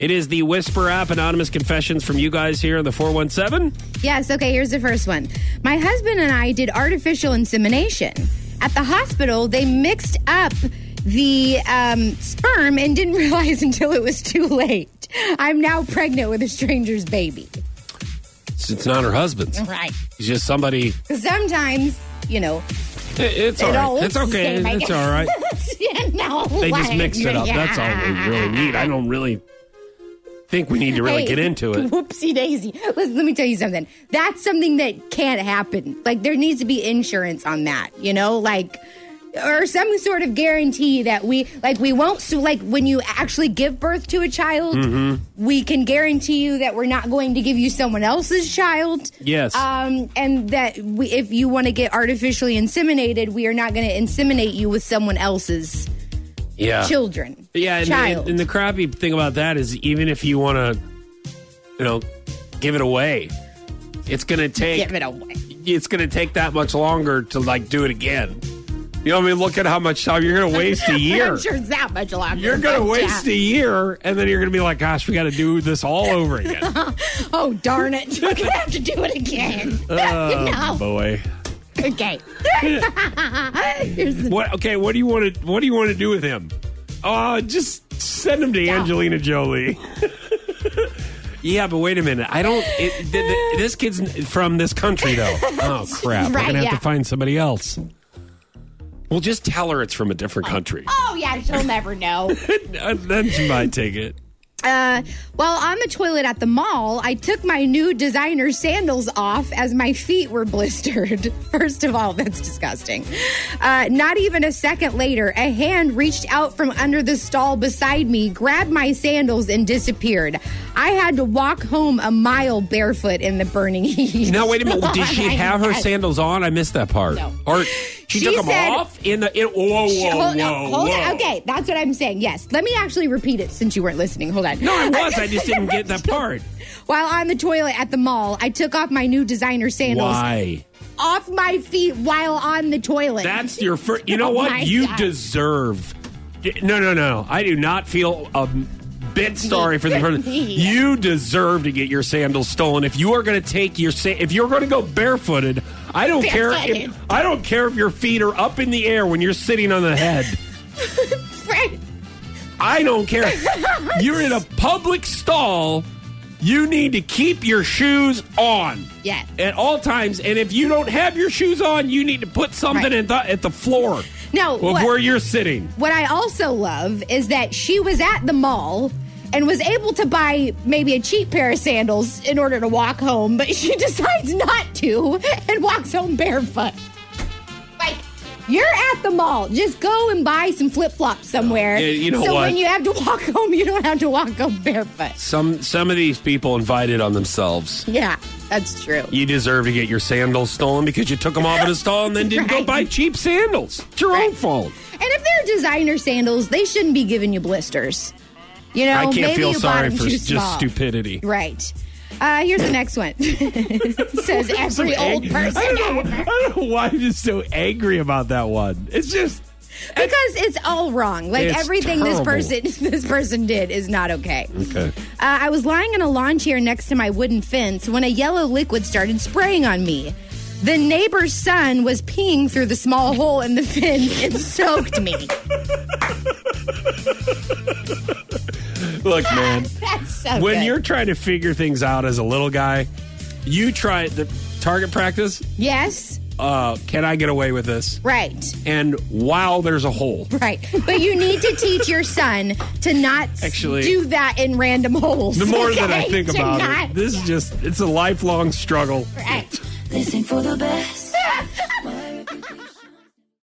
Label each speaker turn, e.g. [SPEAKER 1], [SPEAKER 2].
[SPEAKER 1] It is the Whisper app, anonymous confessions from you guys here on the 417.
[SPEAKER 2] Yes, okay, here's the first one. My husband and I did artificial insemination. At the hospital, they mixed up the um, sperm and didn't realize until it was too late. I'm now pregnant with a stranger's baby.
[SPEAKER 1] It's, it's not her husband's.
[SPEAKER 2] Right.
[SPEAKER 1] It's just somebody.
[SPEAKER 2] Sometimes, you know,
[SPEAKER 1] It, it's all
[SPEAKER 2] it
[SPEAKER 1] right.
[SPEAKER 2] all looks
[SPEAKER 1] It's
[SPEAKER 2] the
[SPEAKER 1] okay.
[SPEAKER 2] same, I
[SPEAKER 1] It's
[SPEAKER 2] guess.
[SPEAKER 1] all right.
[SPEAKER 2] you know,
[SPEAKER 1] They just
[SPEAKER 2] like-
[SPEAKER 1] mixed it up. That's all we really need. I don't really think we need to really
[SPEAKER 2] Hey,
[SPEAKER 1] get into it.
[SPEAKER 2] Whoopsie daisy. Listen, let me tell you something. That's something that can't happen. Like there needs to be insurance on that, you know? Like or some sort of guarantee that we like we won't so like when you actually give birth to a child,
[SPEAKER 1] Mm-hmm.
[SPEAKER 2] we can guarantee you that we're not going to give you someone else's child.
[SPEAKER 1] Yes.
[SPEAKER 2] Um and that we, if you want to get artificially inseminated, we are not going to inseminate you with someone else's
[SPEAKER 1] Yeah.
[SPEAKER 2] children.
[SPEAKER 1] Uh, Yeah, and,
[SPEAKER 2] child.
[SPEAKER 1] and, and the crappy thing about that is even if you want to, you know, give it away, it's gonna take
[SPEAKER 2] give it away.
[SPEAKER 1] it's gonna take that much longer to like do it again. You know, what I mean, look at how much time you're gonna waste a year.
[SPEAKER 2] I'm sure it's that much longer.
[SPEAKER 1] You're gonna
[SPEAKER 2] but
[SPEAKER 1] waste
[SPEAKER 2] yeah.
[SPEAKER 1] a year, and then you're gonna be like, "Gosh, we got to do this all over again."
[SPEAKER 2] Oh darn it! You're gonna have to do it again.
[SPEAKER 1] Oh, boy.
[SPEAKER 2] no. Okay. Here's the-
[SPEAKER 1] What? Okay. What do you want to? What do you want to do with him? Uh just send him to Angelina Jolie. yeah, but wait a minute. I don't. It, th- th- this kid's n- from this country, though. Oh crap! We're
[SPEAKER 2] Right,
[SPEAKER 1] gonna have
[SPEAKER 2] yeah.
[SPEAKER 1] to find somebody else. Well, just tell her it's from a different country,
[SPEAKER 2] oh yeah, she'll never know.
[SPEAKER 1] and then she might take it.
[SPEAKER 2] Uh, while on the toilet at the mall, I took my new designer sandals off as my feet were blistered. First of all, that's disgusting. Uh, not even a second later, a hand reached out from under the stall beside me, grabbed my sandals, and disappeared. I had to walk home a mile barefoot in the burning heat.
[SPEAKER 1] Now wait a minute. Did she have her
[SPEAKER 2] sandals?
[SPEAKER 1] sandals on? I missed that part.
[SPEAKER 2] No.
[SPEAKER 1] Or she,
[SPEAKER 2] She
[SPEAKER 1] took them
[SPEAKER 2] said-
[SPEAKER 1] off in the. In, whoa, whoa,
[SPEAKER 2] hold
[SPEAKER 1] whoa,
[SPEAKER 2] on, hold
[SPEAKER 1] whoa.
[SPEAKER 2] on. Okay, that's what I'm saying. Yes. Let me actually repeat it since you weren't listening. Hold on.
[SPEAKER 1] No, I was. I just didn't get that part.
[SPEAKER 2] While on the toilet at the mall, I took off my new designer sandals
[SPEAKER 1] Why?
[SPEAKER 2] off my feet while on the toilet.
[SPEAKER 1] That's your first. You know
[SPEAKER 2] Oh my
[SPEAKER 1] what? You
[SPEAKER 2] God.
[SPEAKER 1] deserve. No, no, no. I do not feel a bit sorry for the person.
[SPEAKER 2] Yeah.
[SPEAKER 1] You deserve to get your sandals stolen. If you are going to take your sa- if you're going to go barefooted, I don't care.
[SPEAKER 2] Barefooted.
[SPEAKER 1] If, I don't care if your feet are up in the air when you're sitting on the head.
[SPEAKER 2] right.
[SPEAKER 1] I don't care. you're in a public stall. You need to keep your shoes on.
[SPEAKER 2] Yes.
[SPEAKER 1] At all times, and if you don't have your shoes on, you need to put something
[SPEAKER 2] Right.
[SPEAKER 1] at, the, at the floor
[SPEAKER 2] No,
[SPEAKER 1] of
[SPEAKER 2] what-
[SPEAKER 1] where you're sitting.
[SPEAKER 2] What I also love is that she was at the mall and was able to buy maybe a cheap pair of sandals in order to walk home, but she decides not to and walks home barefoot. Like, you're at the mall. Just go and buy some flip flops somewhere.
[SPEAKER 1] Yeah, you know
[SPEAKER 2] so
[SPEAKER 1] what?
[SPEAKER 2] when you have to walk home, you don't have to walk home barefoot.
[SPEAKER 1] Some some of these people invited on themselves.
[SPEAKER 2] Yeah, that's true.
[SPEAKER 1] You deserve to get your sandals stolen because you took them off at a stall and then didn't go
[SPEAKER 2] Right.
[SPEAKER 1] buy cheap sandals. It's your own
[SPEAKER 2] Right.
[SPEAKER 1] fault.
[SPEAKER 2] And if they're designer sandals, they shouldn't be giving you blisters. You know,
[SPEAKER 1] I
[SPEAKER 2] Oh, maybe
[SPEAKER 1] can't feel
[SPEAKER 2] you bought
[SPEAKER 1] sorry
[SPEAKER 2] them
[SPEAKER 1] for
[SPEAKER 2] too
[SPEAKER 1] just
[SPEAKER 2] small.
[SPEAKER 1] stupidity.
[SPEAKER 2] Right. Uh, here's the next one. Says
[SPEAKER 1] So
[SPEAKER 2] every old
[SPEAKER 1] ang-
[SPEAKER 2] person
[SPEAKER 1] I don't, know, I
[SPEAKER 2] ever.
[SPEAKER 1] don't know why I'm just so angry about that one. It's just
[SPEAKER 2] Because it's all wrong. Like
[SPEAKER 1] It's
[SPEAKER 2] everything
[SPEAKER 1] terrible.
[SPEAKER 2] this person this person did is not okay.
[SPEAKER 1] okay.
[SPEAKER 2] Uh, I was lying in a lawn chair next to my wooden fence when a yellow liquid started spraying on me. The neighbor's son was peeing through the small hole in the fence and soaked me.
[SPEAKER 1] Look, man.
[SPEAKER 2] That's so
[SPEAKER 1] when
[SPEAKER 2] good.
[SPEAKER 1] you're trying to figure things out as a little guy, you try the target practice.
[SPEAKER 2] yes,
[SPEAKER 1] Uh, can I get away with this?
[SPEAKER 2] right.
[SPEAKER 1] And wow, there's a hole.
[SPEAKER 2] Right. But you need to teach your son to not s-
[SPEAKER 1] Actually-
[SPEAKER 2] do that in random holes.
[SPEAKER 1] The more that I
[SPEAKER 2] okay?
[SPEAKER 1] think
[SPEAKER 2] To
[SPEAKER 1] about
[SPEAKER 2] not-
[SPEAKER 1] it, this is just, it's a lifelong struggle.
[SPEAKER 2] Right.
[SPEAKER 3] Listen for the best.